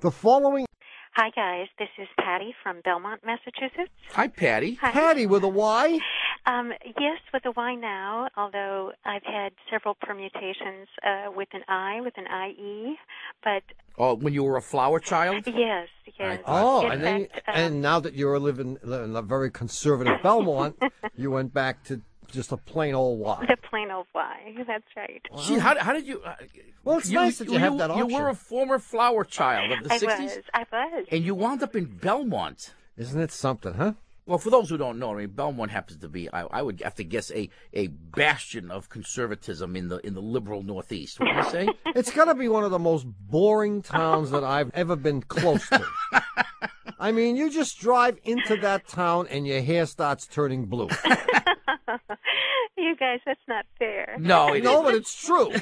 The following Hi, guys. This is Patty from Belmont, Massachusetts. Hi, Patty. Hi. Patty with a Y. Um, yes, with a Y now, although I've had several permutations uh, with an I, with an IE. But Oh, when you were a flower child? yes, yes. Oh, In and then, fact, um, and now that you're living in a very conservative Belmont, you went back to just a plain old Y. the plain old Y. That's right. Gee, how, how did you? Uh, Well, it's nice that you have that You were option. a former flower child of the I 60s, was. I was. and you wound up in Belmont. Isn't it something, huh? Well, for those who don't know, I mean, Belmont happens to be, I, I would have to guess, a, a bastion of conservatism in the in the liberal Northeast. Would you say? It's got to be one of the most boring towns that I've ever been close to. I mean, you just drive into that town and your hair starts turning blue. you guys, that's not fair. no, it No, not but it's true.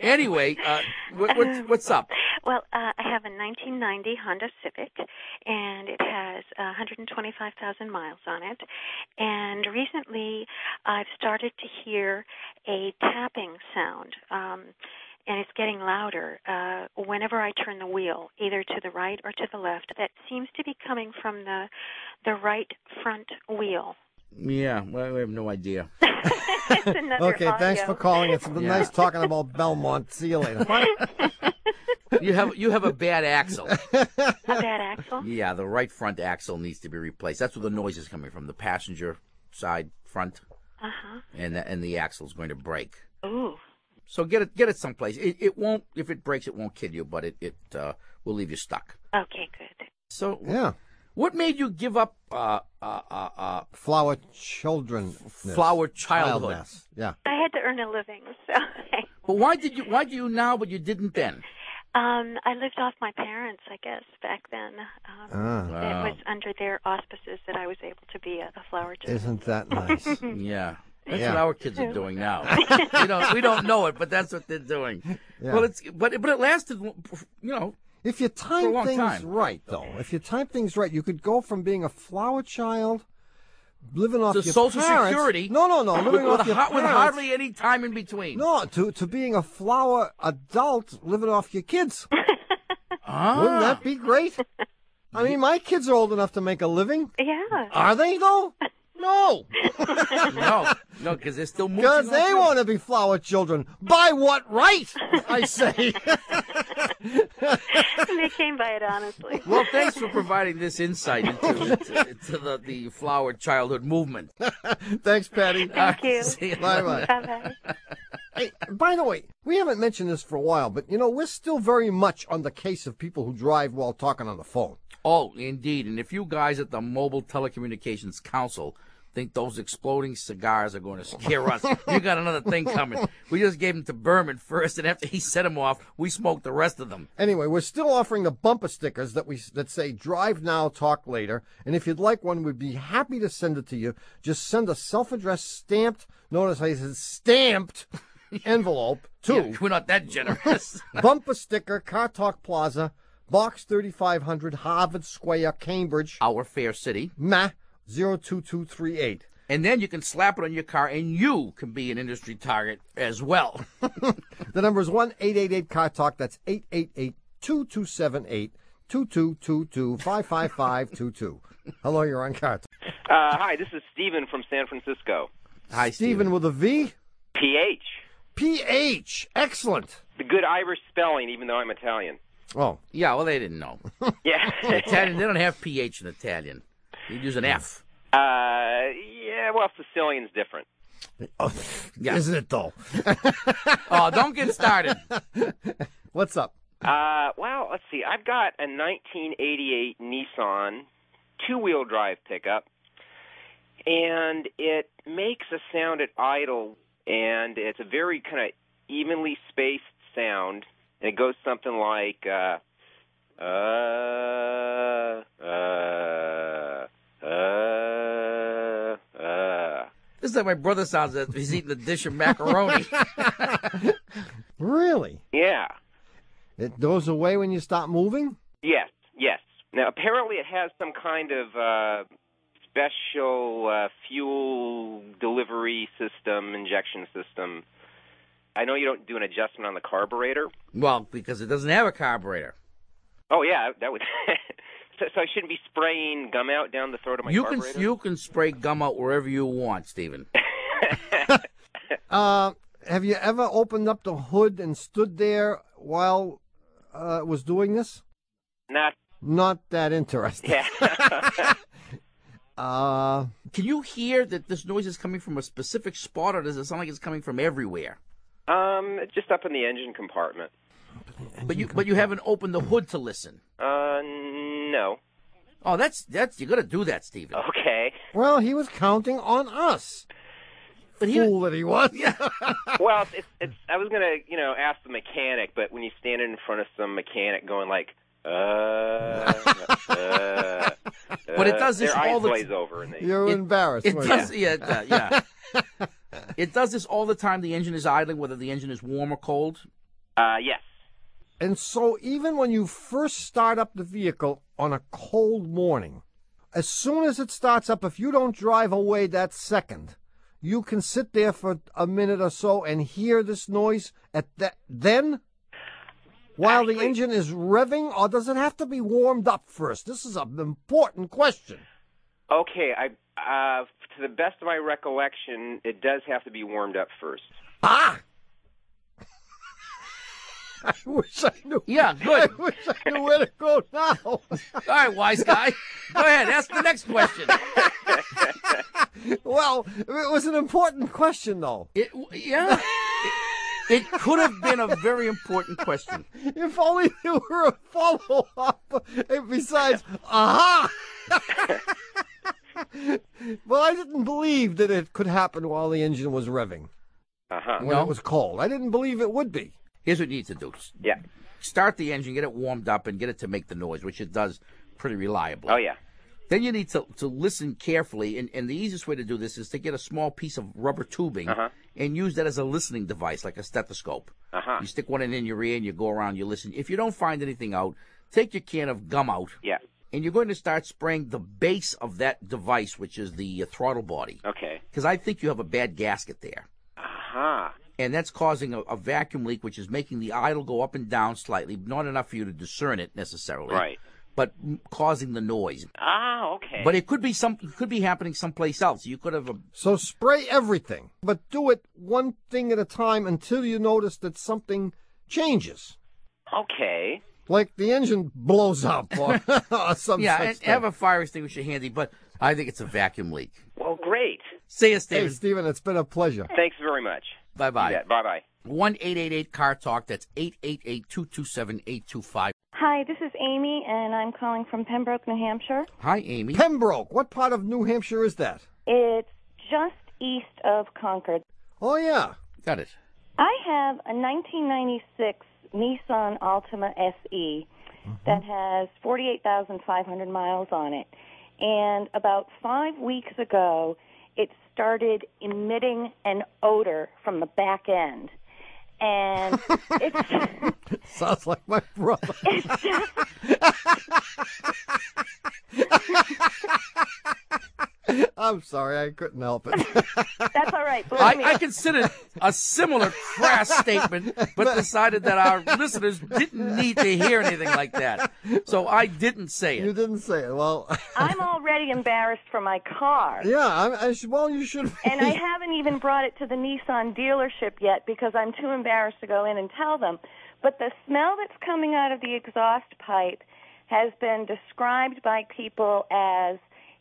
Anyway, uh, what, what's, what's up? Well, uh, I have a 1990 Honda Civic, and it has uh, 125,000 miles on it. And recently, I've started to hear a tapping sound, um, and it's getting louder uh, whenever I turn the wheel, either to the right or to the left. That seems to be coming from the the right front wheel. Yeah, well, I have no idea. It's another Okay, thanks audio. for calling. It's been Yeah. nice talking about Belmont. See you later. What? You have you have a bad axle. A bad axle. Yeah, the right front axle needs to be replaced. That's where the noise is coming from. The passenger side front, Uh huh. and the, and the axle is going to break. Ooh. So get it get it someplace. It, it won't if it breaks, it won't kill you, but it it uh, will leave you stuck. Okay, good. So Yeah. what made you give up uh, uh, uh, uh, Flower children. flower childhood? Childness. Yeah. I had to earn a living, so. But why did you why do you now but you didn't then? Um, I lived off my parents, I guess, back then. Um, Ah, Wow. It was under their auspices that I was able to be a, a flower child. isn't that nice? Yeah. That's Yeah. what our kids are doing now. we don't we don't know it, but that's what they're doing. Yeah. Well, it's but but it lasted, you know. If you For time a long things time. right, though, if you time things right, you could go from being a flower child, living off To your Social parents- Security. No, no, no, living with, off your har- with parents- hardly any time in between. No, to to being a flower adult, living off your kids. Ah. Wouldn't that be great? I mean, my kids are old enough to make a living. Yeah. Are they though? No, Uh, no, no, because they're still moving. because they want to be flower children. By what right? I say. they came by it honestly. Well, thanks for providing this insight into, into, into the, the flower childhood movement. Thanks, Patty. Thank you. See you Bye later. bye. Bye bye. Hey, by the way, we haven't mentioned this for a while, but you know, we're still very much on the case of people who drive while talking on the phone. Oh, indeed. And if you guys at the Mobile Telecommunications Council think those exploding cigars are going to scare us, you got another thing coming. We just gave them to Berman first, and after he set them off, we smoked the rest of them. Anyway, we're still offering the bumper stickers that we that say "Drive now, talk later." And if you'd like one, we'd be happy to send it to you. Just send a self-addressed stamped. Notice I said stamped envelope Yeah, to we're not that generous. bumper sticker, Car Talk Plaza, Box 3500, Harvard Square, Cambridge, Our fair city. Ma 02238. And then you can slap it on your car, and you can be an industry target as well. The number is 1 888 Car Talk. That's 888 2278 2222 55522. Hello, you're on Car Talk. Uh, hi, this is Steven from San Francisco. Hi, Stephen with a V. PH. PH. Excellent. The good Irish spelling, even though I'm Italian. Oh, Yeah, well, they didn't know. Yeah. Italian, they don't have ph in Italian. They use an F. uh, yeah, well, Sicilian's different. oh Yeah. isn't it though? Oh, don't get started. What's up? Uh, well, let's see. I've got a 1988 Nissan two wheel drive pickup, and it makes a sound at idle, and it's a very kind of evenly spaced sound, and it goes something like, uh, uh, uh, uh, uh. This is like my brother sounds like he's eating a dish of macaroni. Really? Yeah. It goes away when you stop moving? Yes, yes. Now, apparently, it has some kind of uh, special uh, fuel delivery system, injection system. I know you don't do an adjustment on the carburetor. Well, because it doesn't have a carburetor. Oh yeah, that would. so, so I shouldn't be spraying gum out down the throat of my you can carburetor. you can spray gum out wherever you want, Stephen. Uh, have you ever opened up the hood and stood there while uh, it was doing this? Not Not that interesting. yeah. Uh, Can you hear that this noise is coming from a specific spot, or does it sound like it's coming from everywhere? um, just up in the engine compartment. But Mm-hmm. you but you haven't opened the hood to listen. Uh, no. Oh, that's that's you got to do that, Stephen. Okay. well, he was counting on us. but here, Fool that he was. well, it's, it's, it's. I was gonna, you know, ask the mechanic, but when you're standing in front of some mechanic going like, uh, uh, But it uh, does this their eyes all the- glaze over, and they. You're It- embarrassed. It weren't does, you? yeah, it does, yeah. it does this all the time. The engine is idling, whether the engine is warm or cold. Uh, yes. And so, even when you first start up the vehicle on a cold morning, as soon as it starts up, if you don't drive away that second, you can sit there for a minute or so and hear this noise at that then while the Actually- engine is revving or does it have to be warmed up first this is an important question Okay. I. Uh, to the best of my recollection, it does have to be warmed up first. ah i wish i knew Yeah, good. i wish i knew where to go now All right, wise guy. Go ahead, ask the next question. well it was an important question though It, yeah. It, it could have been a very important question. If only there were a follow up. Besides, aha! well, I didn't believe that it could happen while the engine was revving, Uh huh. when No. it was cold. I didn't believe it would be. Here's what you need to do Yeah. start the engine, get it warmed up, and get it to make the noise, which it does pretty reliably. Oh yeah. Then you need to, to listen carefully, and, and the easiest way to do this is to get a small piece of rubber tubing Uh-huh. and use that as a listening device, like a stethoscope. Uh huh. You stick one in, in your ear and you go around, you listen. If you don't find anything out, take your can of gum out Yeah. and you're going to start spraying the base of that device, which is the uh, throttle body. Okay. Because I think you have a bad gasket there. Aha. And that's causing a, a vacuum leak, which is making the idle go up and down slightly, not enough for you to discern it necessarily. Right. But m- causing the noise. Ah. Okay. But it could be some, it could be happening someplace else. You could have a So spray everything, but do it one thing at a time until you notice that something changes. okay. Like the engine blows up or, or some yeah, such and thing. have a fire extinguisher handy. But I think it's a vacuum leak. Well, great. See you, Hey, Steven. Stephen, it's been a pleasure. Thanks very much. bye bye. Bye bye. One eight eight eight car talk. That's eight eight eight two two seven eight two five. Hi, this is Amy, and I'm calling from Pembroke, New Hampshire. Hi, Amy. Pembroke, what part of New Hampshire is that? It's just east of Concord. Oh, yeah. Got it. I have a 1996 Nissan Altima SE Mm-hmm. that has 48,500 miles on it. And about five weeks ago, it started emitting an odor from the back end. And it's. Sounds like my brother. I'm sorry, I couldn't help it. That's all right. Believe I, me. I considered a similar crass statement, but decided that our listeners didn't need to hear anything like that. So I didn't say You it. didn't say it. Well, I'm already embarrassed for my car. yeah. I, I should, well, you should. be. And I haven't even brought it to the Nissan dealership yet because I'm too embarrassed to go in and tell them. But the smell that's coming out of the exhaust pipe has been described by people as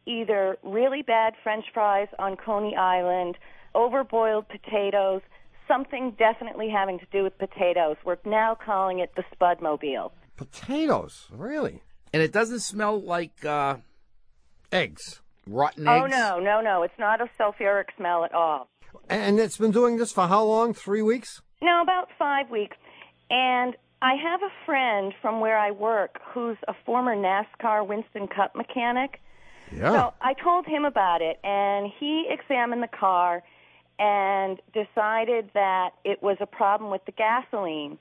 either really bad french fries on Coney Island, overboiled potatoes, something definitely having to do with potatoes. We're now calling it the Spudmobile. potatoes, really? And it doesn't smell like uh, Eggs, rotten Oh eggs. no, no, no, it's not a sulfuric smell at all. and it's been doing this for how long? Three weeks. No, about five weeks. And I have a friend from where I work who's a former NASCAR Winston Cup mechanic. Yeah. So I told him about it, and he examined the car and decided that it was a problem with the gasoline,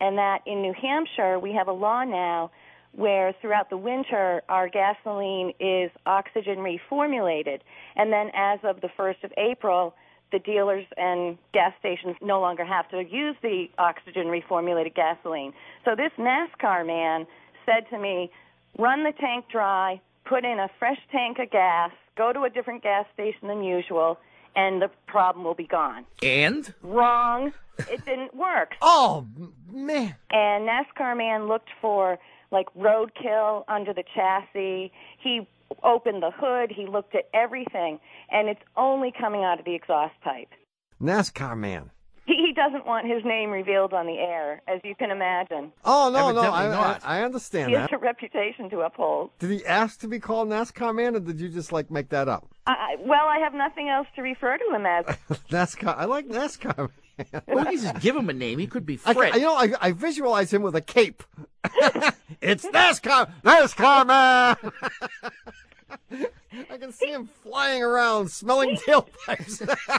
and that in New Hampshire we have a law now where throughout the winter our gasoline is oxygen reformulated, and then as of the 1st of April, the dealers and gas stations no longer have to use the oxygen reformulated gasoline. So this NASCAR man said to me, run the tank dry, put in a fresh tank of gas, go to a different gas station than usual, and the problem will be gone. And Wrong. It didn't work. Oh man. And NASCAR man looked for like roadkill under the chassis. He opened the hood, he looked at everything, and it's only coming out of the exhaust pipe. NASCAR man. He, he doesn't want his name revealed on the air, as you can imagine. Oh no, no, Evidently I, not. I I understand He has that. a reputation to uphold. Did he ask to be called NASCAR man, or did you just like make that up? I, I- well, I have nothing else to refer to him as. NASCAR. I like NASCAR man. well, you just give him a name. He could be I, Fred. you know, I, I visualize him with a cape. it's NASCAR, NASCAR man. I can see him flying around, smelling tailpipes.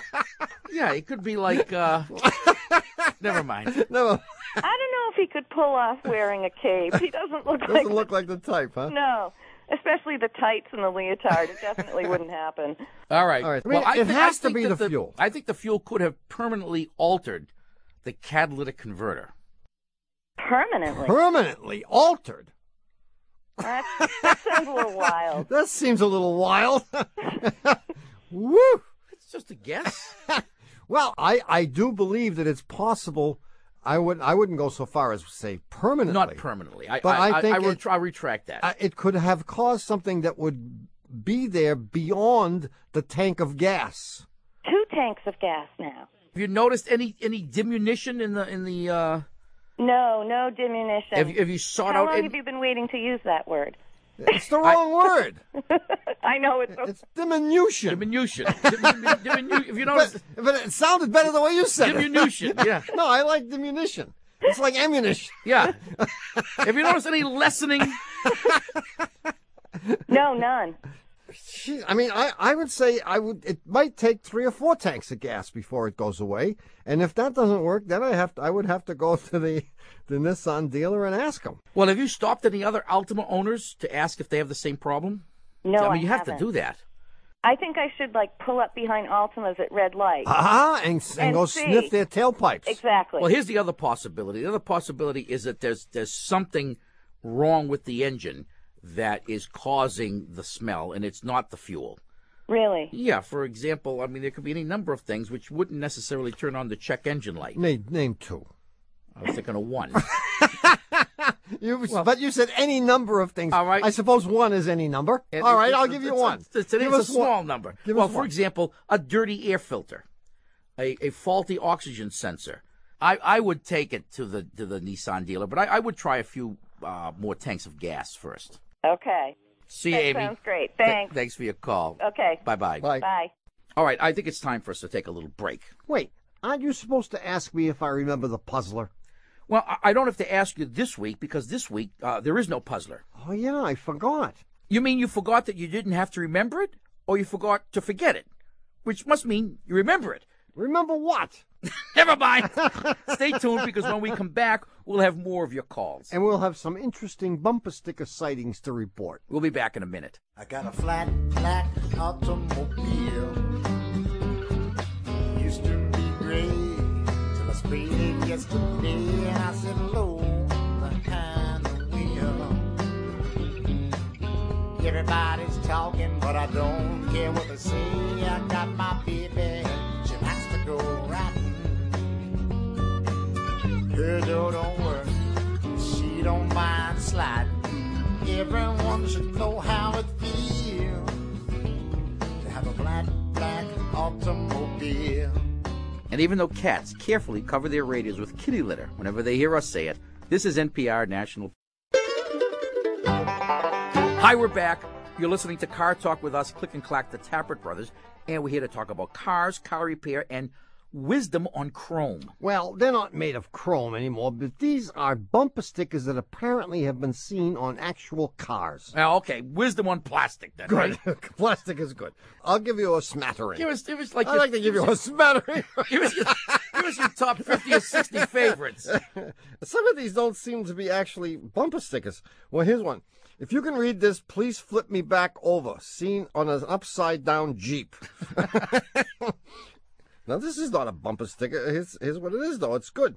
yeah, he could be like. uh Never mind. no, I don't know if he could pull off wearing a cape. He doesn't look like doesn't look like the type, huh? no, especially the tights and the leotard. It definitely wouldn't happen. All right. All right. I mean, it thi- has to think be that the fuel. I think the fuel could have permanently altered the catalytic converter. Permanently. Permanently altered. That, that sounds a little wild. That seems a little wild. Woo! It's just a guess. Well, I, I do believe that it's possible. I would I wouldn't go so far as to say permanently. Not permanently. I, But I I, think I, I, it- retr- I retract that. Uh, it could have caused something that would be there beyond the tank of gas. Two tanks of gas now. have you noticed any any diminution in the in the? uh No, no diminution. Have you, have you sought How out? long any- have you been waiting to use that word? It's the wrong word. I know it's. It's diminution. Diminution. Diminu- diminu- if you notice, but, but it sounded better the way you said diminution. Yeah, it. No, I like diminution. It's like ammunition. yeah. If you notice any lessening, No, none. Gee, I mean, I, I would say I would. It might take three or four tanks of gas before it goes away, and if that doesn't work, then I have to, I would have to go to the the Nissan dealer and ask them. well, have you stopped any other Altima owners to ask if they have the same problem? No, I mean, you have haven't. to do that. I think I should like pull up behind Altimas at red light. Ah, and, and, And go see. sniff their tailpipes. exactly. Well, here's the other possibility. The other possibility is that there's there's something wrong with the engine that is causing the smell, and it's not the fuel. really. Yeah, for example, I mean, there could be any number of things which wouldn't necessarily turn on the check engine light. Name, name two. I was thinking of one. You, but you said any number of things. All right. I suppose one is any number. And All it- right, it- I'll it- give you it's a- one. It's, it's, Give it's us a one. small number. Give well, us for one. example, a dirty air filter, a, a faulty oxygen sensor. I, I would take it to the to the Nissan dealer, but I, I would try a few uh, more tanks of gas first. Okay. See, That Amy. sounds great. Th- Thanks. thanks for your call. Okay. Bye bye. Like, Bye. All right, I think it's time for us to take a little break. wait, aren't you supposed to ask me if I remember the puzzler? Well, I, I don't have to ask you this week because this week uh, there is no puzzler. Oh yeah, I forgot. You mean you forgot that you didn't have to remember it, or you forgot to forget it, which must mean you remember it. Remember what? Never mind. Stay tuned because when we come back, we'll have more of your calls. And we'll have some interesting bumper sticker sightings to report. We'll be back in a minute. I got a flat, flat automobile. Used to be great till I sprayed it yesterday, and I said low behind the wheel. Everybody's talking, but I don't care what they say. I got my baby, she likes to go riding. Her door don't work, she don't mind sliding. Everyone should know how it feels to have a black, black automobile. And even though cats carefully cover their radios with kitty litter whenever they hear us say it, this is NPR National. Hi, we're back. You're listening to Car Talk with us, Click and Clack, the Tappert Brothers, and we're here to talk about cars, car repair, and wisdom on chrome. Well, they're not made of chrome anymore, but these are bumper stickers that apparently have been seen on actual cars. Now, okay, wisdom on plastic then. Right? Plastic is good. I'll give you a smattering. Give us, give us like I'd your- like to give you a smattering. give us your, give us your top 50 or 60 favorites. Some of these don't seem to be actually bumper stickers. Well, here's one. If you can read this, please flip me back over. Seen on an upside down Jeep. Now, this is not a bumper sticker. Here's, here's what it is, though. It's good.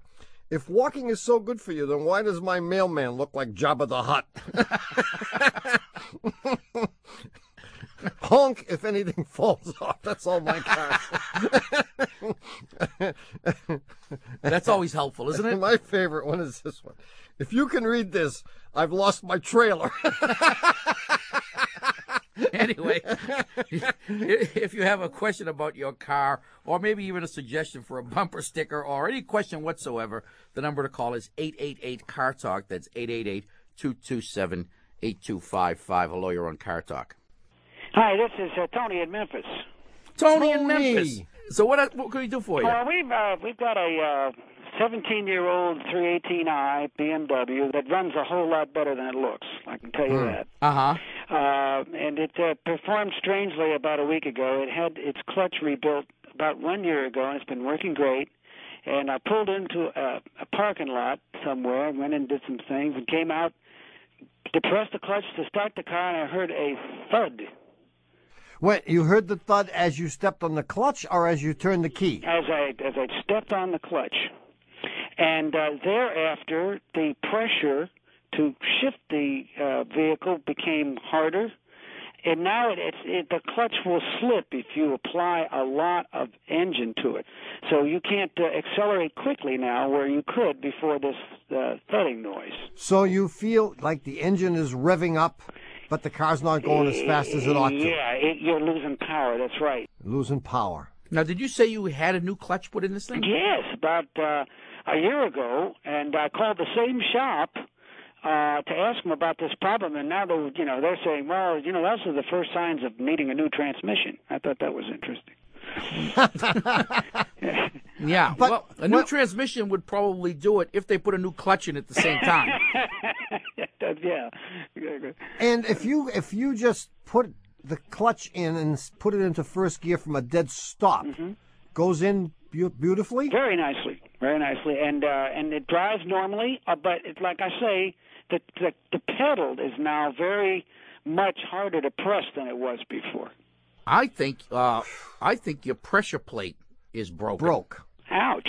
If walking is so good for you, then why does my mailman look like Jabba the Hutt? Honk if anything falls off. That's all my cars. That's always helpful, isn't it? my favorite one is this one. If you can read this, I've lost my trailer. anyway, if you have a question about your car, or maybe even a suggestion for a bumper sticker, or any question whatsoever, the number to call is 888 Car Talk. That's 888 227 8255. Hello, you're on Car Talk. Hi, this is uh, Tony in Memphis. Tony, in Tony. Memphis. So, what, what can we do for you? Well, we've uh, we've got a uh, 17-year-old 318i BMW that runs a whole lot better than it looks. I can tell you Hmm. that. Uh huh. Uh, and it uh, performed strangely about a week ago. It had its clutch rebuilt about one year ago, and it's been working great. And I pulled into a, a parking lot somewhere, went and did some things, and came out, depressed the clutch to start the car, and I heard a thud Wait, you heard the thud as you stepped on the clutch or as you turned the key? as I as I stepped on the clutch, and uh, thereafter the pressure to shift the uh, vehicle became harder, and now it, it's it, the clutch will slip if you apply a lot of engine to it. So you can't uh, accelerate quickly now where you could before this uh, thudding noise. So you feel like the engine is revving up, but the car's not going as fast as it ought to, Yeah, it, you're losing power. That's right. losing power. Now, did you say you had a new clutch put in this thing? Yes, about uh, a year ago, and I called the same shop uh, to ask them about this problem. And now they, you know, they're saying, well, you know, those are the first signs of needing a new transmission. I thought that was interesting. Yeah. But- well, a new well- transmission would probably do it if they put a new clutch in at the same time. yeah. And if you if you just put the clutch in and s- put it into first gear from a dead stop, goes in beau- beautifully. Mm-hmm. Very nicely, very nicely, and uh, and it drives normally. Uh, but it, like I say, the, the the pedal is now very much harder to press than it was before. I think, uh, I think your pressure plate is broken. Broke. Ouch.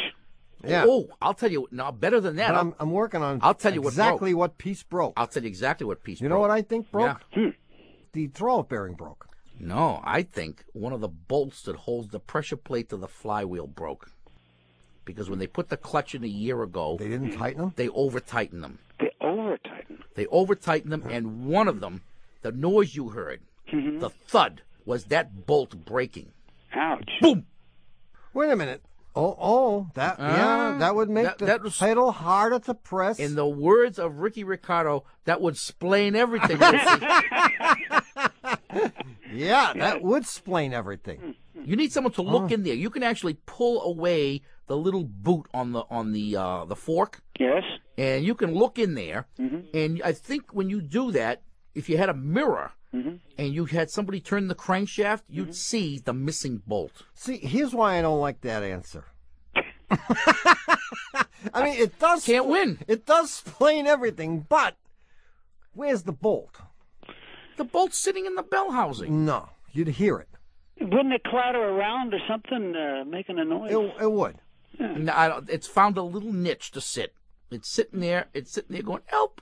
Yeah. Oh, I'll tell you. No, better than that. But I'll, I'm, I'm working on. I'll tell you what exactly what, piece broke. I'll tell you exactly what piece. you know broke. what I think broke? The throwout bearing broke. No, I think one of the bolts that holds the pressure plate to the flywheel broke. Because when they put the clutch in a year ago, They didn't tighten them. they over tighten them. The over tighten. They over tighten them, and one of them, the noise you heard, Mm-hmm. the thud, was that bolt breaking. Ouch. Boom! Wait a minute. Oh, oh, that yeah, Ah, that would make that- the that was- pedal harder to press. In the words of Ricky Ricardo, that would splain everything. Lucy. yeah, that would explain everything. Oh. you need someone to look in there. You can actually pull away the little boot on the on the uh, the fork, Yes. and you can look in there. Mm-hmm. And I think when you do that, if you had a mirror Mm-hmm. and you had somebody turn the crankshaft, you'd see the missing bolt. Mm-hmm. See, here's why I don't like that answer. I mean, it does Can't win. It does explain everything, but where's the bolt? The bolt's sitting in the bell housing. No, you'd hear it. Wouldn't it clatter around or something, uh, making a noise? It, it would. No, I don't- it's found a little niche to sit. It's sitting there. It's sitting there going, help,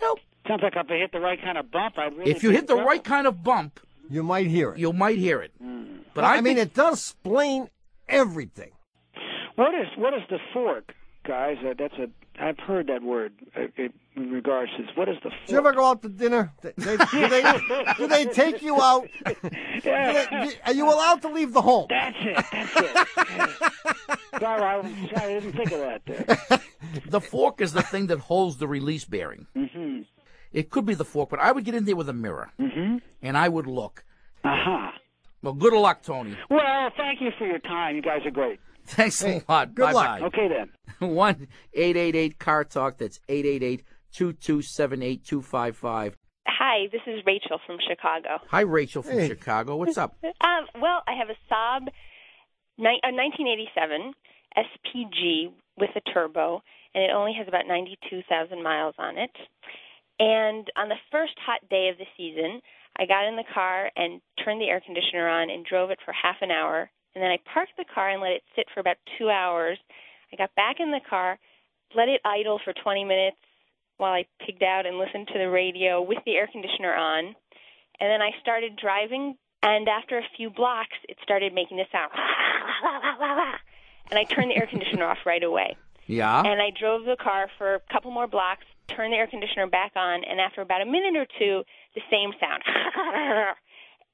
help. Sounds like if I hit the right kind of bump, I'd really. If you be hit the in right trouble. kind of bump, You might hear it. you might hear it. But Hmm. Well, I, I, mean, think- it does explain everything. What is what is the fork, guys? Uh, that's a. I've heard that word uh, it- in regards to this. What is the Did you ever fork? go out to dinner? They- they- do, they, do they take you out? Yeah. Do they- are you allowed to leave the home? That's it. That's it. sorry, I, was- sorry, I didn't think of that. There. the fork is the thing that holds the release bearing. Mm-hmm. It could be the fork, but I would get in there with a mirror and I would look. Mm-hmm. Uh-huh. Well, good luck, Tony. Well, thank you for your time. You guys are great. Thanks a lot. good bye luck. Okay then. bye. One eight eight eight car talk. That's 888-227-8255. Hi, this is Rachel from Chicago. Hi, Rachel from Hey. Chicago. What's up? Um, well, I have a Saab ni- a 1987 SPG with a turbo, and it only has about 92,000 miles on it. And on the first hot day of the season, I got in the car and turned the air conditioner on and drove it for half an hour And then I parked the car and let it sit for about two hours. I got back in the car, let it idle for 20 minutes while I pigged out and listened to the radio with the air conditioner on. And then I started driving, and after a few blocks, it started making this sound. And I turned the air conditioner off right away. Yeah. And I drove the car for a couple more blocks, turned the air conditioner back on, and after about a minute or two, the same sound.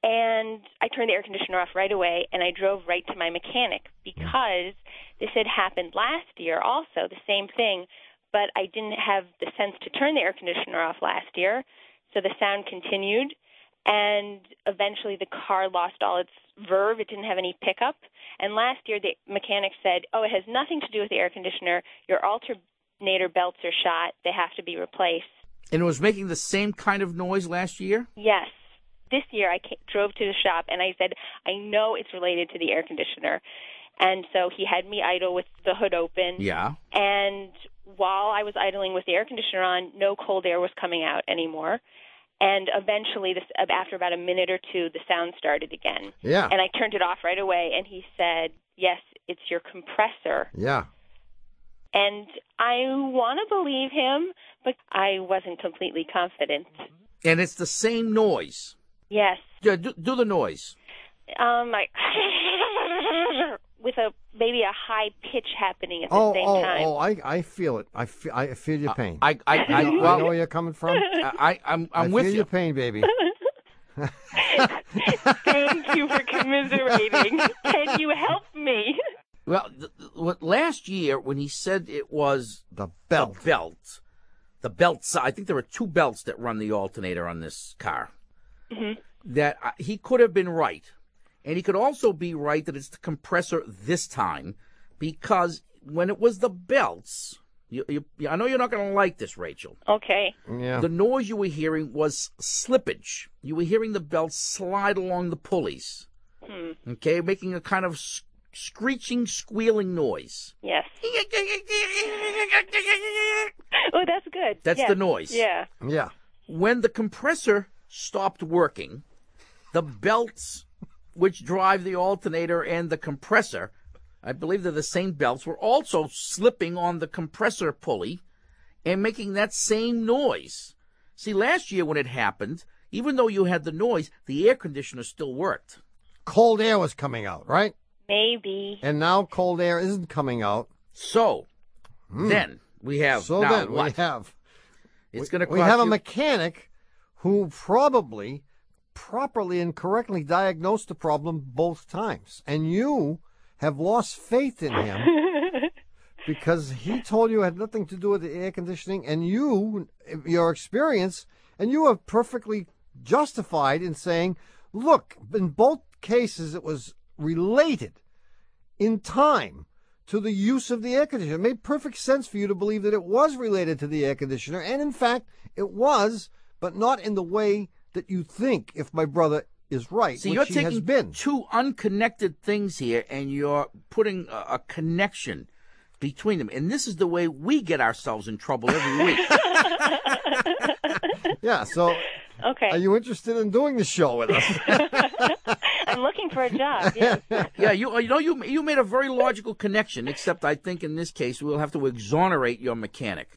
and I turned the air conditioner off right away, and I drove right to my mechanic because this had happened last year also, the same thing, but I didn't have the sense to turn the air conditioner off last year, so the sound continued. And eventually, the car lost all its verve. It didn't have any pickup. And last year, the mechanic said, "Oh, it has nothing to do with the air conditioner. Your alternator belts are shot. They have to be replaced." And it was making the same kind of noise last year? Yes. This year I ca- drove to the shop and I said, I know it's related to the air conditioner. And so he had me idle with the hood open. Yeah. And while I was idling with the air conditioner on, no cold air was coming out anymore. And eventually, this, after about a minute or two, the sound started again. Yeah. And I turned it off right away. And he said, Yes, it's your compressor. Yeah. And I want to believe him, but I wasn't completely confident. And it's the same noise. Yes. Yeah, do, do the noise. um, like with a maybe a high pitch happening at the Oh, same oh, time. oh! I, I feel it. I feel, I feel your pain. Uh, I, I, I, I, know, I know well, where you're coming from. I, I, am I I'm feel with your you. pain, baby. Thank you for commiserating. Can you help me? Well, th- th- what- last year when he said it was The belt. the belt, the belt. si- I think there were two belts that run the alternator on this car. That uh, he could have been right, and he could also be right that it's the compressor this time, because when it was the belts, you, you, I know you're not going to like this, Rachel. Okay. Yeah. The noise you were hearing was slippage. You were hearing the belt slide along the pulleys. Hmm. Okay, making a kind of s- screeching, squealing noise. Yes. Oh, that's good. That's Yes. the noise. Yeah. yeah. When the compressor stopped working, the belts which drive the alternator and the compressor, I believe they're the same belts, were also slipping on the compressor pulley and making that same noise. See, last year when it happened, even though you had the noise, the air conditioner still worked. Cold air was coming out, right? Maybe. And now cold air isn't coming out. Hmm. So then we have So now then we what? have it's going to we have a mechanic who probably properly and correctly diagnosed the problem both times. And you have lost faith in him because he told you it had nothing to do with the air conditioning and you your experience and you are perfectly justified in saying, look, in both cases it was related in time to the use of the air conditioner. It made perfect sense for you to believe that it was related to the air conditioner, and in fact, it was, but not in the way that you think. If my brother is right, See, which you're he taking has been. two unconnected things here, and you're putting a, a connection between them. And this is the way we get ourselves in trouble every week. Yeah. So, Okay. are you interested in doing the show with us? I'm looking for a job. Yes. yeah, you you know you you made a very logical connection. Except I think in this case we'll have to exonerate your mechanic.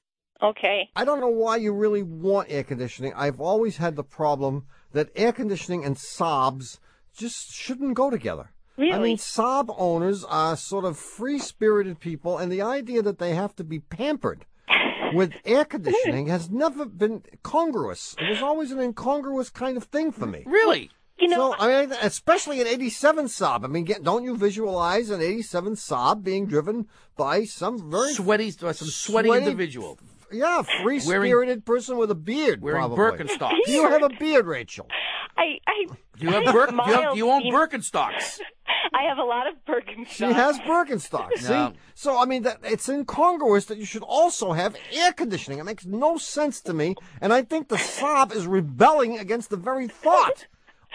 okay. I don't know why you really want air conditioning. I've always had the problem that air conditioning and sobs just shouldn't go together. I Really? mean, sob owners are sort of free spirited people, and the idea that they have to be pampered with air conditioning has never been congruous. It was always an incongruous kind of thing for me. Really? You know, so, I mean, especially an 87 Saab. I mean, get, don't you visualize an 87 Saab being driven by some very, Sweaty, some sweaty, Sweaty- individual yeah, free spirited person with a beard, wearing probably. Birkenstocks. Do you have a beard, Rachel? I I Do you have, Birk, do you, have Miles do you own seems- Birkenstocks? I have a lot of Bergenstock. She has Birkenstocks. No. See, so I mean, that it's incongruous that you should also have air conditioning. It makes no sense to me, and I think the sob is rebelling against the very thought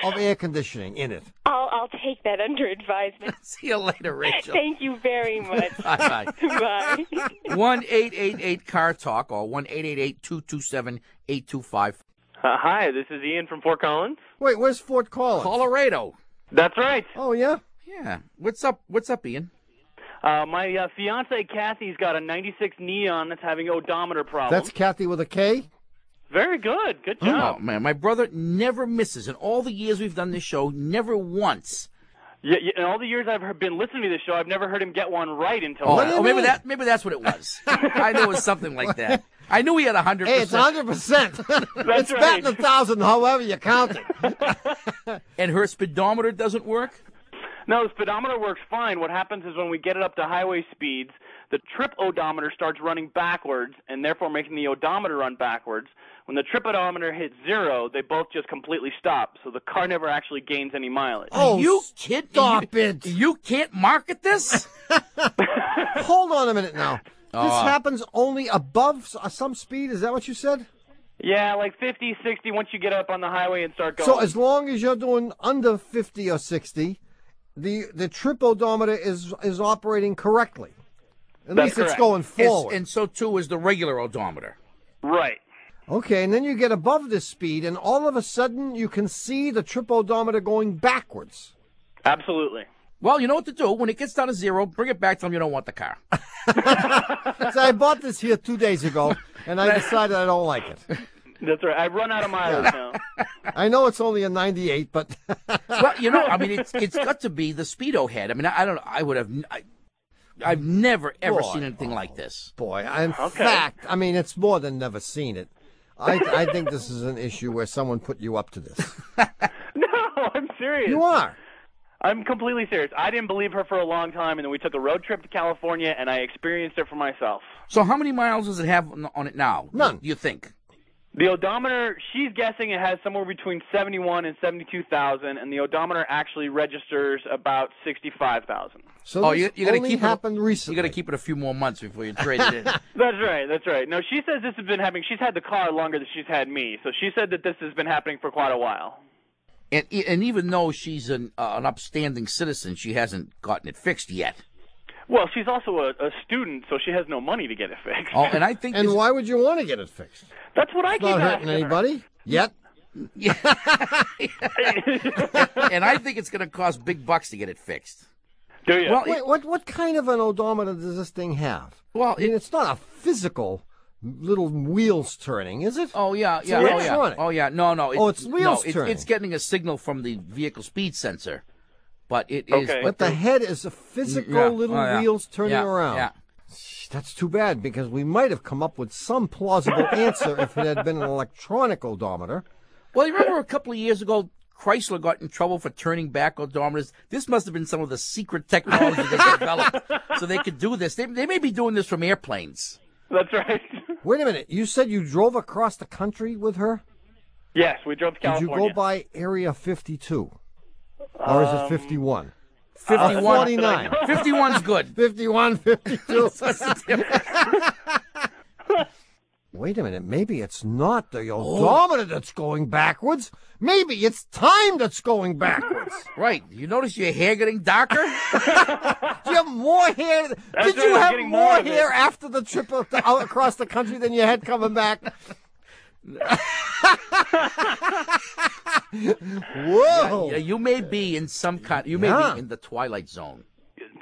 of air conditioning in it. I'll I'll take that under advisement. See you later, Rachel. Thank you very much. Bye bye. Bye. One eight eight eight car talk or one eight eight eight two two seven eight two five Uh, hi, this is Ian from Fort Collins. Wait, where's Fort Collins? Colorado. That's right. Oh yeah, Yeah. What's up? What's up, Ian? Uh, my uh, fiance Kathy's got a 96 Neon that's having odometer problems. That's Kathy with a K. very good. Good job. Oh man, my brother never misses. In all the years we've done this show, never once. Yeah, yeah, in all the years I've he- been listening to this show, I've never heard him get one right until Oh, now. oh, maybe that maybe that's what it was. I knew it was something like that. I knew he had a hundred. Hey, it's hundred percent. It's right. betting a thousand, however you count it. And her speedometer doesn't work. No, the speedometer works fine. What happens is when we get it up to highway speeds, the trip odometer starts running backwards, and therefore making the odometer run backwards. When the trip odometer hits zero, they both just completely stop, so the car never actually gains any mileage. Oh, you kid? stop you, it. You can't market this. Hold on a minute now. This Oh. happens only above s- uh, some speed. Is that what you said? Yeah, like 50, 60, once you get up on the highway and start going. So as long as you're doing under fifty or sixty, the the trip odometer is is operating correctly. At That's least it's correct. going It's- forward. and so too is the regular odometer. right. Okay, and then you get above this speed, and all of a sudden you can see the trip odometer going backwards. Absolutely. Well, you know what to do. When it gets down to zero, bring it back. Tell them you don't want the car. So I bought this here two days ago, and I decided I don't like it. That's right. I've run out of mileage now. I know it's only a 98, but Well, you know, I mean, it's it's got to be the speedo head. I mean, I, I don't. I would have. I, I've never ever Boy. Oh, seen anything like this. boy, in fact, I mean, it's more than never seen it. I, I think this is an issue where someone put you up to this. no, I'm serious. You are. I'm completely serious. I didn't believe her for a long time, and then we took a road trip to California, and I experienced it for myself. So, how many miles does it have on, on it now? None. You think? The odometer, she's guessing it has somewhere between 71 and 72,000, and the odometer actually registers about 65,000. So oh, this you, you're gonna only keep happened it, recently. You gotta keep it a few more months before you trade it in. That's right, that's right. No, she says this has been happening. She's had the car longer than she's had me, so she said that this has been happening for quite a while. and e- and even though she's an uh, an upstanding citizen, she hasn't gotten it fixed yet. Well, she's also a, a student, so she has no money to get it fixed. Oh, and I think And this- why would you want to get it fixed? That's what I It's keep not asking hurting anybody yet. and I think it's gonna cost big bucks to get it fixed. her. Do you? Well, it- Wait, what what kind of an odometer does this thing have? well, I mean, it, it's not a physical little wheels turning, is it? oh yeah, yeah, oh yeah, electronic. oh yeah. No, no. It, Oh, it's no, wheels it- turning. It's getting a signal from the vehicle speed sensor, but it is. Okay. But the head is a physical yeah, little oh, yeah, wheels turning yeah, around. Yeah. That's too bad because we might have come up with some plausible answer if it had been an electronic odometer. Well, you remember a couple of years ago, Chrysler got in trouble for turning back odometers. This must have been some of the secret technology they developed so they could do this. They, they may be doing this from airplanes. That's right. Wait a minute, you said you drove across the country with her? yes, we drove to Did you California. Um, go by Area 52? Or is it 51? uh, Uh, 51. 49. 51's good. 51, 52. What's the difference? Wait a minute, maybe it's not the Oh. odometer that's going backwards. Maybe it's time that's going backwards. right. You notice your hair getting darker? Do you have more hair? Did right, you I'm have getting more more of it. hair after the trip of the, out across the country than you had coming back? Whoa! Yeah, you may be in some kind, you may Yeah. be in the twilight zone.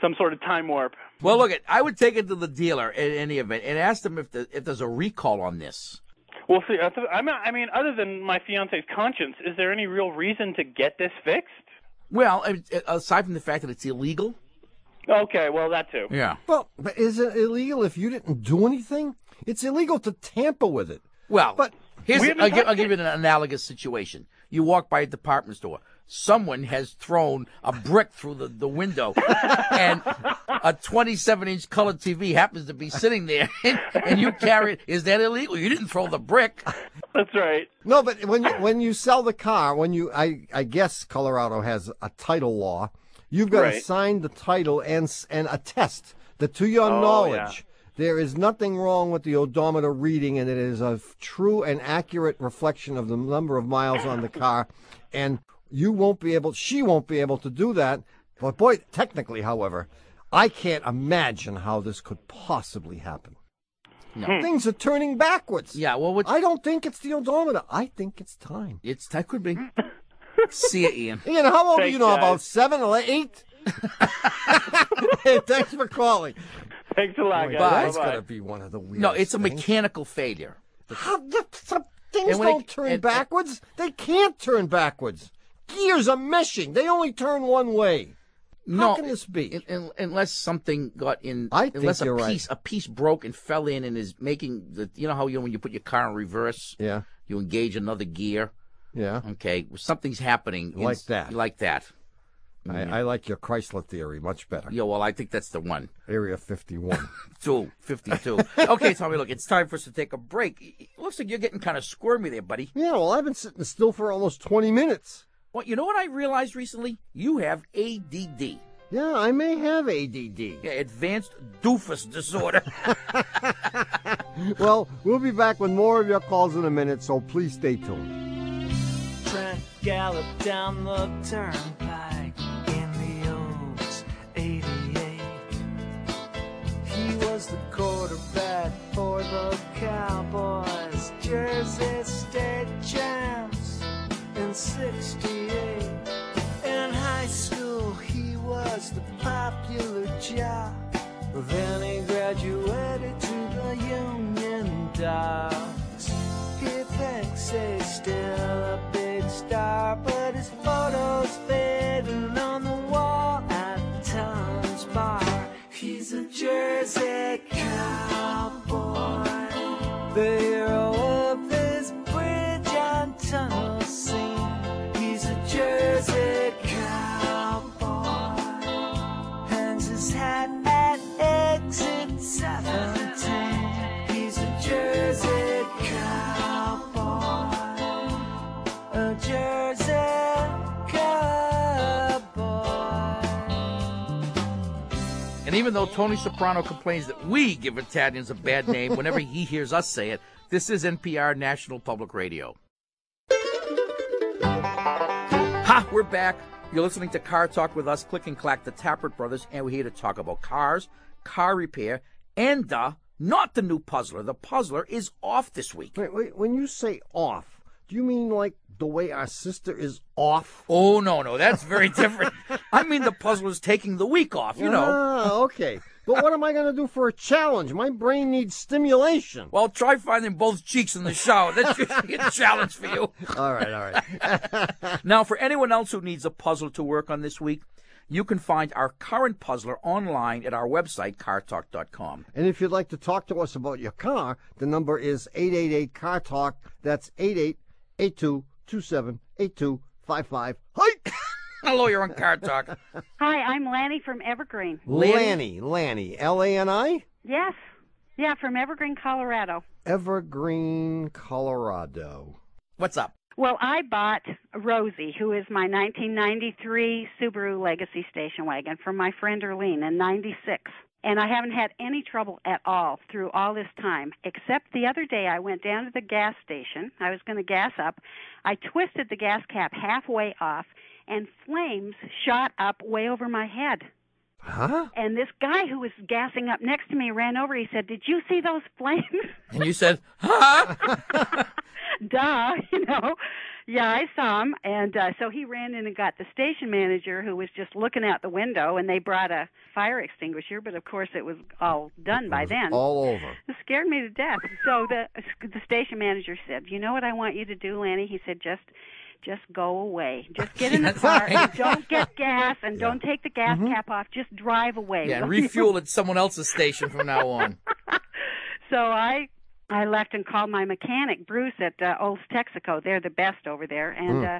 Some sort of time warp. Well, look, it, I would take it to the dealer in any event and ask them if, the, if there's a recall on this. Well, see, I th- I'm not, I mean, other than my fiance's conscience, is there any real reason to get this fixed? Well, I- aside from the fact that it's illegal. Okay, well, that too. Yeah. Well, but is it illegal if you didn't do anything? It's illegal to tamper with it. Well, But- here's We I'll, haven't give, I'll touched give you an analogous situation. You walk by a department store. Someone has thrown a brick through the, the window, and a 27 inch color TV happens to be sitting there, and, and you carry it. Is that illegal? You didn't throw the brick. That's right. No, but when you, when you sell the car, when you I I guess Colorado has a title law. You've got to Right. sign the title and s- and attest that to your Oh, yeah. knowledge there is nothing wrong with the odometer reading and it is a f- true and accurate reflection of the number of miles on the car and you won't be able she won't be able to do that. But boy, technically, however, I can't imagine how this could possibly happen. Hmm. Things are turning backwards. Yeah, well, what, I don't think it's the odometer. I think it's time. it's that could be. See ya, Ian. Ian, how old are Thanks, you know? guys. About seven or eight? Hey, thanks for calling. Thanks a lot, Boy, guys. that's Bye-bye. going to be one of the weirdest. No, it's a things. mechanical failure. How, the- some things And when it- don't turn and- backwards. they can't turn backwards. Gears are meshing. They only turn one way. No, can this be? un- un- unless something got in, I think unless you're a right. piece a piece broke and fell in and is making the. You know how you when you put your car in reverse, Yeah, you engage another gear. yeah. Okay, well, something's happening in- Like that. Like that. Mm. I, I like your Chrysler theory much better. Yeah, well, I think that's the one. Area 51. Two fifty-two. okay, Tommy, look, it's time for us to take a break. It looks like you're getting kind of squirmy there, buddy. yeah, well, I've been sitting still for almost 20 minutes. Well, you know what I realized recently? You have ADD. Yeah, I may have ADD. Yeah, advanced doofus disorder. well, we'll be back with more of your calls in a minute, so please stay tuned. Trent galloped down the turnpike in the Oaks 88. He was the quarterback for the Cowboys, Jersey State champs in 68. In high school, he was the popular jock. Then he graduated to the Union Docks. He thinks he's still a big star, but his photo's fading on the wall at Tom's Bar. He's a Jersey cowboy, the hero of this bridge and tunnel scene. He's a Jersey cowboy hangs his hat at exit 17. He's a Jersey cowboy, a Jersey Oh, cowboy. And even though Tony Soprano complains that we give Italians a bad name whenever he hears us say it, this is NPR National Public Radio. Ha, we're back. You're listening to Car Talk with us, Click and Clack, the Tappert brothers, and we're here to talk about cars, car repair, and the not the new puzzler. The puzzler is off this week. Wait, wait, when you say off, do you mean like the way our sister is off? Oh no, no, that's very different. I mean the puzzler's taking the week off, you know. Ah, okay. But what am I going to do for a challenge? My brain needs stimulation. Well, try finding both cheeks in the shower. That's usually a challenge for you. All right, all right. Now, for anyone else who needs a puzzle to work on this week, you can find our current puzzler online at our website, cartalk.com. and if you'd like to talk to us about your car, the number is 888 Car Talk. That's 8882278255. Hi! Hello, you're on Car Talk. Hi, I'm Lanny from Evergreen. Lanny, Lanny, L A N I, Yes. Yeah, from Evergreen, Colorado. Evergreen, Colorado. What's up? Well, I bought Rosie, who is my 1993 Subaru Legacy station wagon, from my friend Erlene in 96. And I haven't had any trouble at all through all this time, except the other day I went down to the gas station. I was going to gas up. I twisted the gas cap halfway off, and flames shot up way over my head. Huh? And this guy who was gassing up next to me ran over. He said, Did you see those flames? And you said, huh? duh, you know. Yeah, I saw him, and uh, so he ran in and got the station manager, who was just looking out the window, and they brought a fire extinguisher. But of course, it was all done by then. All over. It scared me to death. So the the station manager said, "You know what I want you to do, Lanny?" He said, "Just." Just go away. Just get in the Yes, car. right. And don't get gas, and don't take the gas cap off. Just drive away. Yeah, and will you? refuel at someone else's station from now on. So I I left and called my mechanic, Bruce, at uh, Olds Texaco. They're the best over there, Hmm. and uh,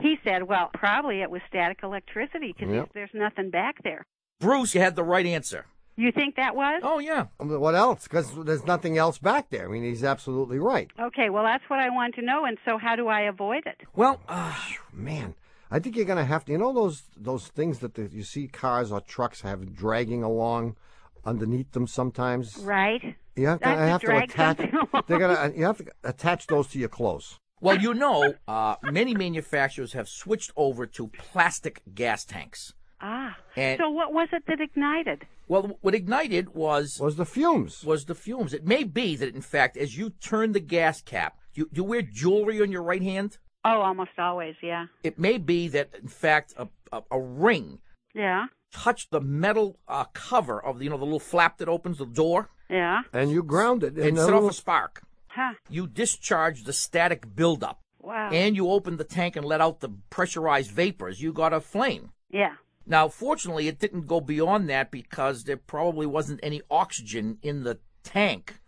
he said, "Well, probably it was static electricity because Yep. there's nothing back there." Bruce, you had the right answer. You think that was? Oh, yeah. I mean, Um, What else? Because there's nothing else back there. I mean, he's absolutely right. Okay, well that's what I want to know, and so how do I avoid it? Well, uh, Man, I think you're gonna have to. You know those those things that the, you see cars or trucks have dragging along underneath them sometimes. Right? You have to, I have to drag attach. something along. They're gonna. uh, You have to attach those to your clothes. well, you know, uh, many manufacturers have switched over to plastic gas tanks. Ah. And- so what was it that ignited? Well, what ignited was Was the fumes? was the fumes. It may be that, in fact, as you turn the gas cap, you, you wear jewelry on your right hand. um, Oh, almost always, yeah, It may be that, in fact, a, a, a ring yeah. touched the metal uh, cover of the, you know the little flap that opens the door. Yeah. And you ground it. It in a set off little- a spark. Huh. You discharged the static buildup. Wow. And you opened the tank and let out the pressurized vapors. You got a flame. Yeah. Now, fortunately, it didn't go beyond that because there probably wasn't any oxygen in the tank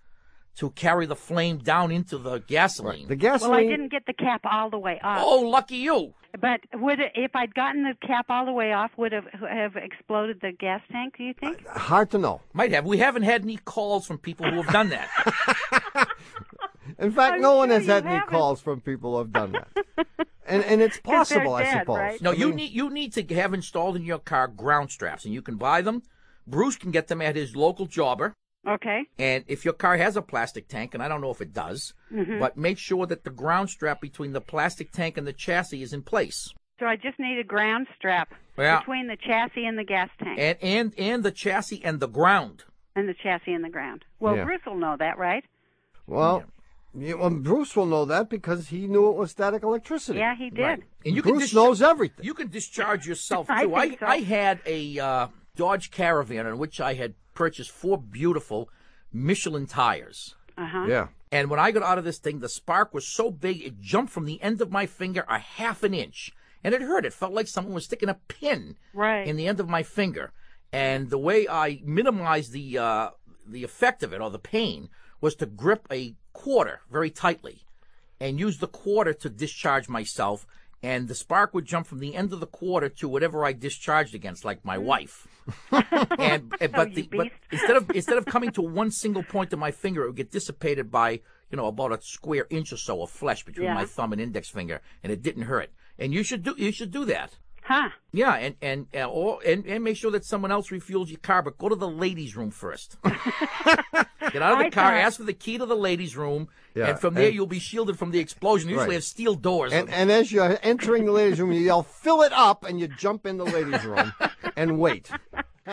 to carry the flame down into the gasoline. The Well, I didn't get the cap all the way off. Oh, lucky you! But would it, if I'd gotten the cap all the way off, would have have exploded the gas tank? Do you think? Hard to know. Might have. We haven't had any calls from people who have done that. In fact, I'm no one sure has you had any haven't. calls from people who have done that. and and it's possible, I dead, suppose. right? No, I you mean, need you need to have installed in your car ground straps, and you can buy them. Bruce can get them at his local jobber. Okay. And if your car has a plastic tank, and I don't know if it does, Mm-hmm. but make sure that the ground strap between the plastic tank and the chassis is in place. So I just need a ground strap Yeah. between the chassis and the gas tank, And and and the chassis and the ground. and the chassis and the ground. Well, Yeah. Bruce will know that, right? Well, you- well, Bruce will know that because he knew it was static electricity. Yeah, he did. Right. And you can Bruce dischar- knows everything. You can discharge yourself too. I I, think so. I had a uh, Dodge Caravan in which I had purchased four beautiful Michelin tires. Uh huh. Yeah. Uh-huh. And when I got out of this thing, the spark was so big it jumped from the end of my finger a half an inch, and it hurt. It felt like someone was sticking a pin Right. in the end of my finger. And the way I minimized the uh, the effect of it or the pain was to grip a quarter very tightly, and use the quarter to discharge myself. And the spark would jump from the end of the quarter to whatever I discharged against, like my wife. and and- but Mm. you the but beast. instead of instead of coming to one single point of my finger, it would get dissipated by you know about a square inch or so of flesh between Yeah. my thumb and index finger, and it didn't hurt. And you should do you should do that. Huh. Yeah, and and and, or, and and make sure that someone else refuels your car, but go to the ladies' room first. Get out of the I car, thought- ask for the key to the ladies' room, Yeah, and from there and- you'll be shielded from the explosion. They usually Right. have steel doors. And and as you're entering the ladies' room, you yell, "Fill it up!" and you jump in the ladies' room and wait.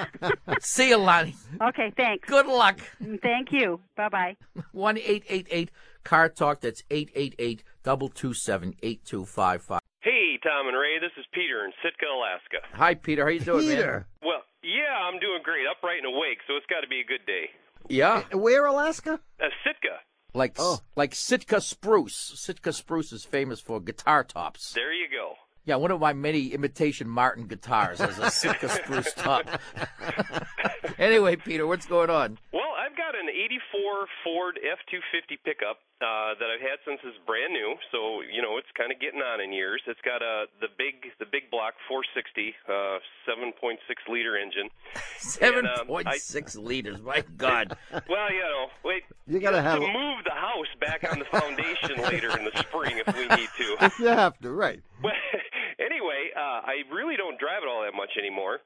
See you, Lonnie. Okay. Thanks. Good luck. Thank you. Bye bye. One eight eight eight car talk. That's eight eight eight double two seven eight two five five. Hey, Tom and Ray, this is Peter in Sitka, Alaska. Hi, Peter. How you doing, Peter, Well, yeah, I'm doing great, upright and awake, so it's got to be a good day. man? Yeah, where Alaska? Uh, Sitka, like Oh. like Sitka spruce. Sitka spruce is famous for guitar tops. there you go. Yeah, one of my many imitation Martin guitars has a Sitka spruce top. anyway, Peter, what's going on? Well, I've got an 84 Ford F250 pickup uh, that I've had since it's brand new, so you know it's kind of getting on in years. It's got uh, the big the big block 460, uh, 7.6 liter engine. Seven um, point six liters. My God. Well, you know, wait, You gotta just have to a- move the house back on the foundation later in the spring if we need to. If you have to, right? Well, anyway, uh, I really don't drive it all that much anymore.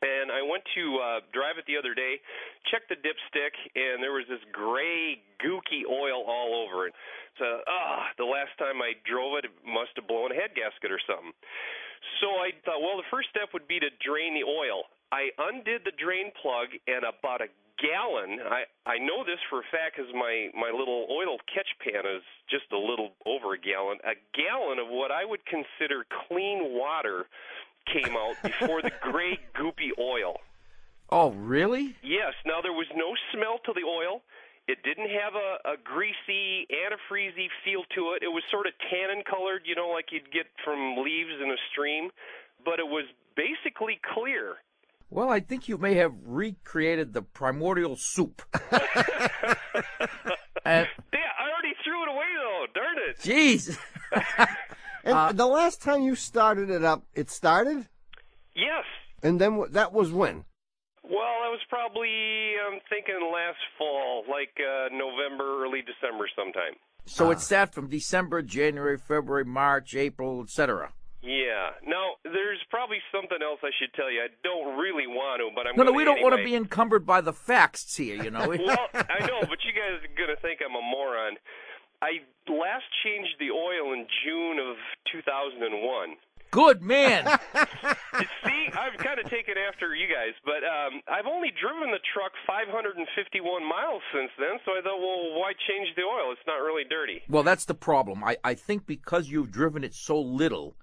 And I went to uh, drive it the other day, checked the dipstick, and there was this gray, gooky oil all over it. So, ah, the last time I drove it, it must have blown a head gasket or something. So I thought, well, the first step would be to drain the oil. I undid the drain plug, and about a gallon. I I know this for a fact because my my little oil catch pan is just a little over a gallon. A gallon of what I would consider clean water came out before the gray goopy oil. Oh, really? Yes. Now there was no smell to the oil. It didn't have a, a greasy, antifreezy feel to it. It was sort of tannin colored, you know, like you'd get from leaves in a stream, but it was basically clear. Well, I think you may have recreated the primordial soup. Uh, and, Yeah, I already threw it away though. Darn it. geez. And Uh, the last time you started it up, it started, Yes, and then wh- that was when. Well, that was probably I'm thinking last fall, like uh, November, early December, sometime. So Ah. it sat from December, January, February, March, April, etc. Yeah. Now, there's probably something else I should tell you. I don't really want to, but I'm. No, no, gonna we don't want to be anyway. encumbered by the facts here, you know. well, I know, but you guys are gonna think I'm a moron. I last changed the oil in June of 2001. Good man. See, I've kind of taken after you guys, but um, I've only driven the truck 551 miles since then. So I thought, well, why change the oil? It's not really dirty. Well, that's the problem. I, I think because you've driven it so little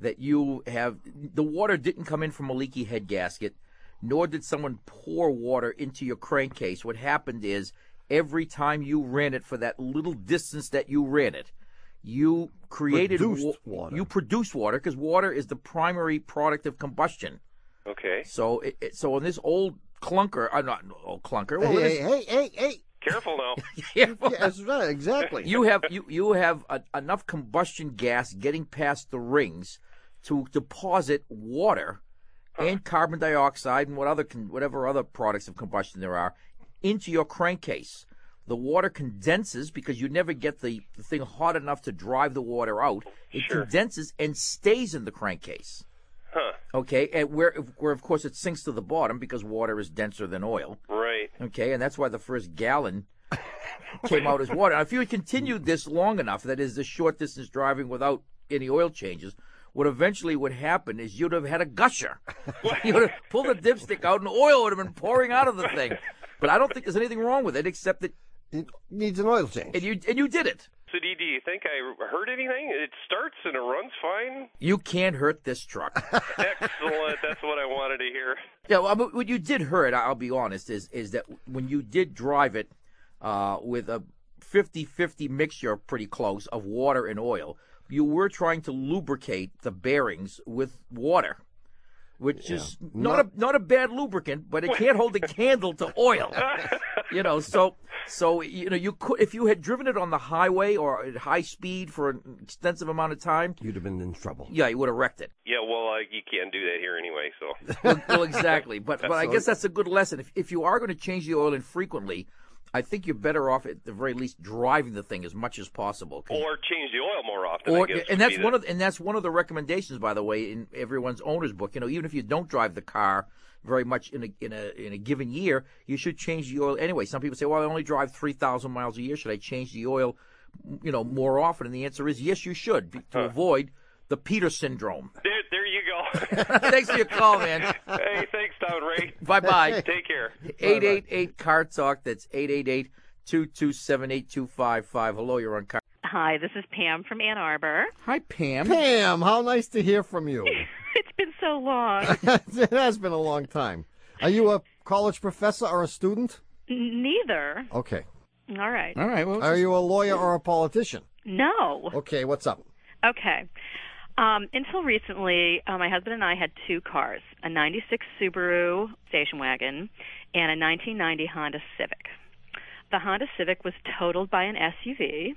that you have the water didn't come in from a leaky head gasket. nor did someone pour water into your crankcase. What happened is every time you ran it for that little distance that you ran it, you created Produced water. You produced water because water is the primary product of combustion. Okay. So, it, it, so on this old clunker, I'm not an old clunker. Well, it is- hey, hey. Careful now. Yeah, that's right, exactly. you have you you have a, enough combustion gas getting past the rings to deposit water Uh-huh. and carbon dioxide and what other con, whatever other products of combustion there are into your crankcase. The water condenses because you never get the, the thing hot enough to drive the water out. It Sure. condenses and stays in the crankcase. Huh. Okay, and where where of course it sinks to the bottom because water is denser than oil. Right. Okay, and that's why the first gallon came out as water. Now, if you had continued this long enough, that is, the short distance driving without any oil changes, what eventually would happen is you'd have had a gusher. you would have pulled the dipstick out, and oil would have been pouring out of the thing. But I don't think there's anything wrong with it, except that it needs an oil change. And you and you did it. So, do do you think I heard anything? It starts and it runs fine. You can't hurt this truck. Excellent. That's what I wanted to hear. Yeah, well, but what you did hurt, I'll be honest, is is that when you did drive it uh, with a 50-50 mixture, pretty close, of water and oil, you were trying to lubricate the bearings with water, which is not, a not a bad lubricant, but it can't hold a candle to oil. you know, so so you know you could if you had driven it on the highway or at high speed for an extensive amount of time, you'd have been in trouble. Yeah, you would have wrecked it. Yeah, well, uh, you can't do that here anyway. So, well, exactly. But but I guess that's a good lesson. If if you are going to change the oil infrequently, I think you're better off at the very least driving the thing as much as possible. 'Cause- or change the oil more often. I or- guess, would and that's be one the- of the, and that's one of the recommendations, by the way, in everyone's owner's book. You know, even if you don't drive the car very much in a in a in a given year, you should change the oil anyway. Some people say, "Well, I only drive three thousand miles a year. Should I change the oil, you know, more often?" And the answer is yes, you should be- to avoid the Peter syndrome. There, there you go. Thanks for your call, man. Hey, thanks, Don Ray. Bye bye. Take care. 888 Car Talk. That's 888 227 8255. Hello, you're on Car. Hi, this is Pam from Ann Arbor. Hi, Pam. Pam, how nice to hear from you. It's been so long. it has been a long time. Are you a college professor or a student? Neither. Okay. All right. Are you a lawyer or a politician? No. Okay, what's up? Okay. Um, until recently, uh, my husband and I had two cars a 96 Subaru station wagon and a 1990 Honda Civic. The Honda Civic was totaled by an SUV,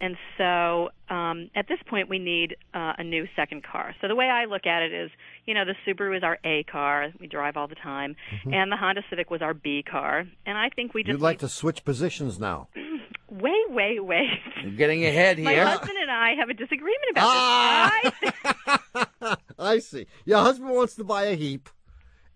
and so um, at this point, we need uh, a new second car. So the way I look at it is you know, the Subaru is our A car, we drive all the time, and the Honda Civic was our B car. And I think we just Mm-hmm. You'd like to switch positions now. way, way, way. You're getting ahead My here. Ah, husband and I have a disagreement about this. I I see. Your husband wants to buy a heap,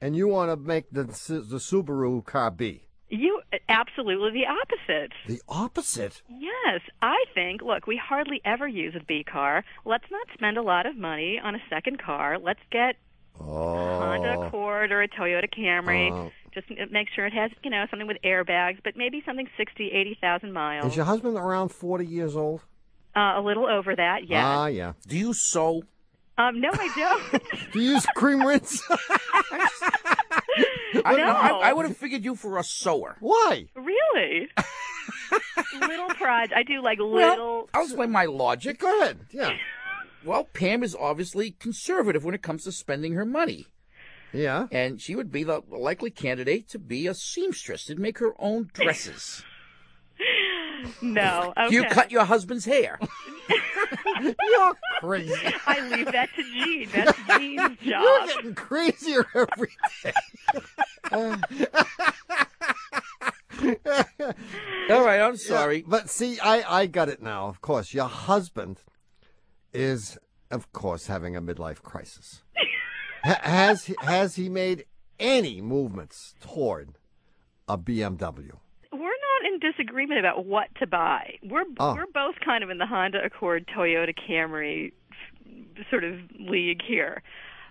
and you want to make the the Subaru car B. You absolutely the opposite. The opposite. Yes, I think. Look, we hardly ever use a B car. Let's not spend a lot of money on a second car. Let's get Oh. Honda Accord or a Toyota Camry. Oh. Just m- make sure it has, you know, something with airbags, but maybe something sixty, eighty thousand miles. Is your husband around 40 years old? uh, a little over that, yes. Ah, yeah. Do you sew? Ah. um, no, I don't. Do you use cream rinse? I, No. I, I would have figured you for a sewer. Why? really? little pride. I do like little. Well, I'll explain my logic. Go ahead. Yeah. Well, Pam is obviously conservative when it comes to spending her money. Yeah. And she would be the likely candidate to be a seamstress to make her own dresses. No, okay. You cut your husband's hair. You're crazy. I leave that to Gene. That's Gene's You're job. getting crazier every day. All right, I'm sorry. But see, I, I got it now. Of course, your husband is, of course, having a midlife crisis. Ha- has he- has he made any movements toward a BMW? We're not in disagreement about what to buy. We're Oh. we're both kind of in the Honda Accord, Toyota Camry f- sort of league here.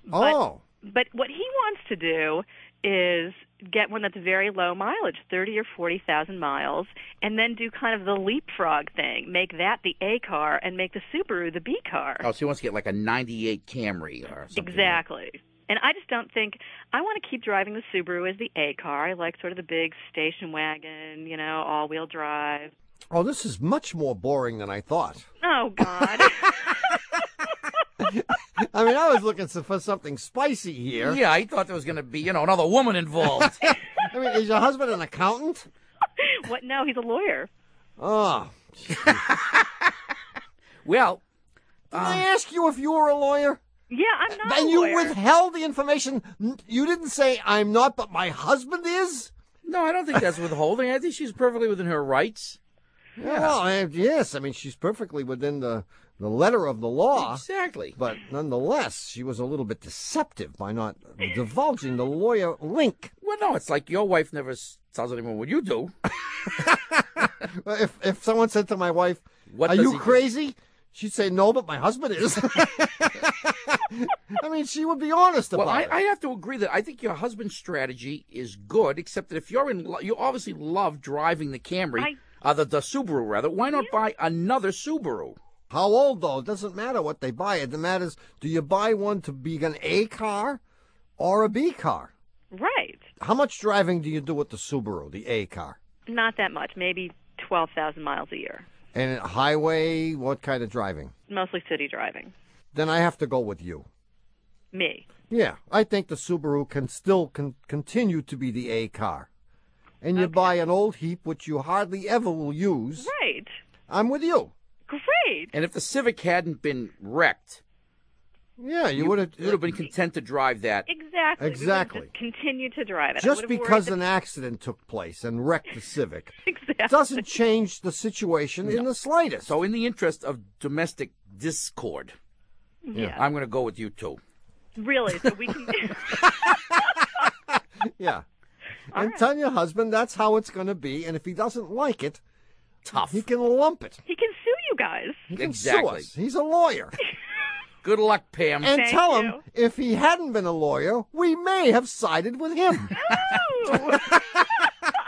But, oh, But what he wants to do is get one that's very low mileage, 30 or 40,000 miles, and then do kind of the leapfrog thing, make that the A car and make the Subaru the B car. Oh, so he wants to get like a 98 Camry or something. exactly. And I just don't think I want to keep driving the Subaru as the A car. I like sort of the big station wagon, you know, all-wheel drive. Oh, this is much more boring than I thought. Oh God. I mean, I was looking so- for something spicy here. Yeah, I thought there was going to be, you know, another woman involved. I mean, is your husband an accountant? what? No, he's a lawyer. Oh. well, um, did I ask you if you were a lawyer? Yeah, I'm not. And a you lawyer. withheld the information. N- You didn't say I'm not, but my husband is. No, I don't think that's withholding. I think she's perfectly within her rights. Yeah. Well, I- yes, I mean she's perfectly within the the letter of the law. Exactly. But nonetheless, she was a little bit deceptive by not divulging the lawyer link. Well, no, it's like your wife never s- tells anyone what you do. If if someone said to my wife, What "Are does you he do?" crazy?" She'd say, "No, but my husband is." I mean, she would be honest Well, about I, it. I have to agree that I think your husband's strategy is good, except that if you're in, lo- you obviously love driving the Camry, I- uh, the, the Subaru rather. Why not buy another Subaru? How old though? It doesn't matter what they buy. It matters. Do you buy one to be an A car or a B car? Right. How much driving do you do with the Subaru, the A car? Not that much. Maybe twelve thousand miles a year. And highway, what kind of driving? Mostly city driving. Then I have to go with you. Me. Yeah, I think the Subaru can still con- continue to be the A car. And you buy an old heap which you hardly ever will use. Right. I'm with you. Great. And if the Civic hadn't been wrecked, Yeah, you, you would have would have been content to drive that. Exactly. We would've Exactly. just continued to drive it. I just would've worried because that- an accident took place and wrecked the Civic Exactly. doesn't change the situation in the slightest. So, in the interest of domestic discord, Mm-hmm. Yeah. I'm going to go with you too. Really. So we can. Yeah. and tell your husband that's how it's going to be. And if he doesn't like it, Tough. he can lump it. he can sue you guys. He can Exactly. sue us. He's a lawyer. Good luck, Pam. And Thank tell him you. if he hadn't been a lawyer, we may have sided with him. Ooh.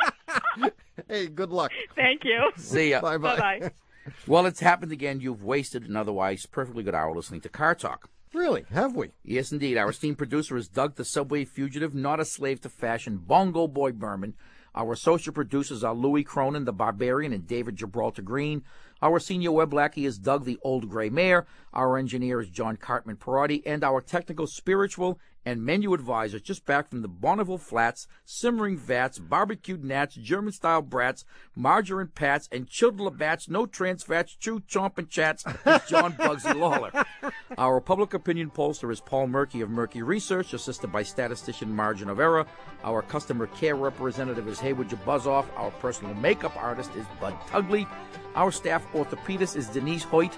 hey, good luck. Thank you. See ya. Bye bye. Bye bye. Well, it's happened again. You've wasted an otherwise perfectly good hour listening to Car Talk. Really, have we? Yes, indeed. Our esteemed producer is Doug the Subway Fugitive, not a slave to fashion, Bongo Boy Berman. Our associate producers are Louis Cronin, the Barbarian, and David Gibraltar Green. Our senior web lackey is Doug the Old Gray Mare. Our engineer is John Cartman Perotti. And our technical, spiritual, and menu advisor, just back from the Bonneville Flats, Simmering Vats, Barbecued Nats, German Style Brats, Margarine Pats, and Childler Bats, No Trans Fats, Chew Chomp and Chats, is John Bugsy Lawler. Our public opinion pollster is Paul Murky of Murky Research, assisted by statistician Margin of Error. Our customer care representative is Haywood Jabuzzoff. Our personal makeup artist is Bud Tugley. Our staff orthopedist is Denise Hoyt.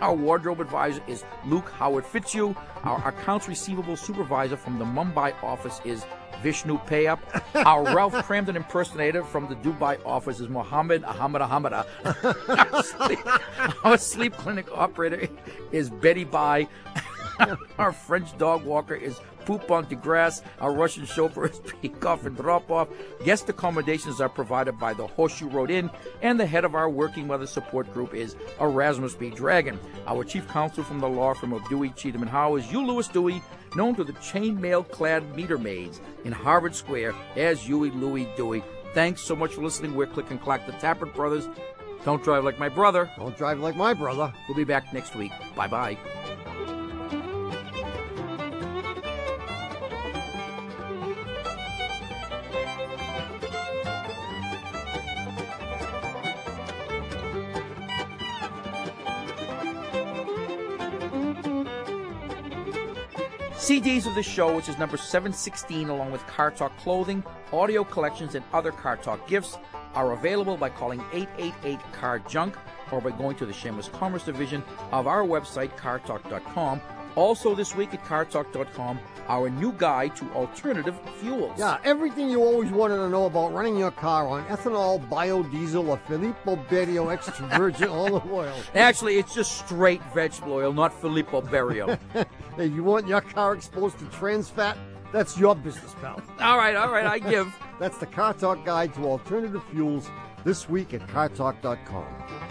Our wardrobe advisor is Luke Howard Fitzhugh. Our accounts receivable supervisor from the Mumbai office is Vishnu Payap. Our Ralph Cramden impersonator from the Dubai office is Mohammed Ahmed Ahmada. our, sleep, our sleep clinic operator is Betty Bai. our French dog walker is Poop on the grass. Our Russian chauffeur is pick off and drop off. Guest accommodations are provided by the Horseshoe Road Inn, and the head of our working mother support group is Erasmus B. Dragon. Our chief counsel from the law firm of Dewey, Cheatham and Howe is U. Lewis Dewey, known to the chainmail clad meter maids in Harvard Square as Huey Louie Dewey. Thanks so much for listening. We're Click and Clack, the Tappert Brothers. Don't drive like my brother. Don't drive like my brother. We'll be back next week. Bye bye. CDs of the show, which is number 716, along with Car Talk clothing, audio collections, and other Car Talk gifts, are available by calling 888 Car Junk or by going to the Shameless Commerce Division of our website, cartalk.com. Also, this week at cartalk.com, our new guide to alternative fuels. Yeah, everything you always wanted to know about running your car on ethanol, biodiesel, or Filippo Berio extra virgin olive oil. Actually, it's just straight vegetable oil, not Filippo Berio. Hey, you want your car exposed to trans fat? That's your business, pal. all right, all right, I give. That's the Car Talk Guide to Alternative Fuels this week at cartalk.com.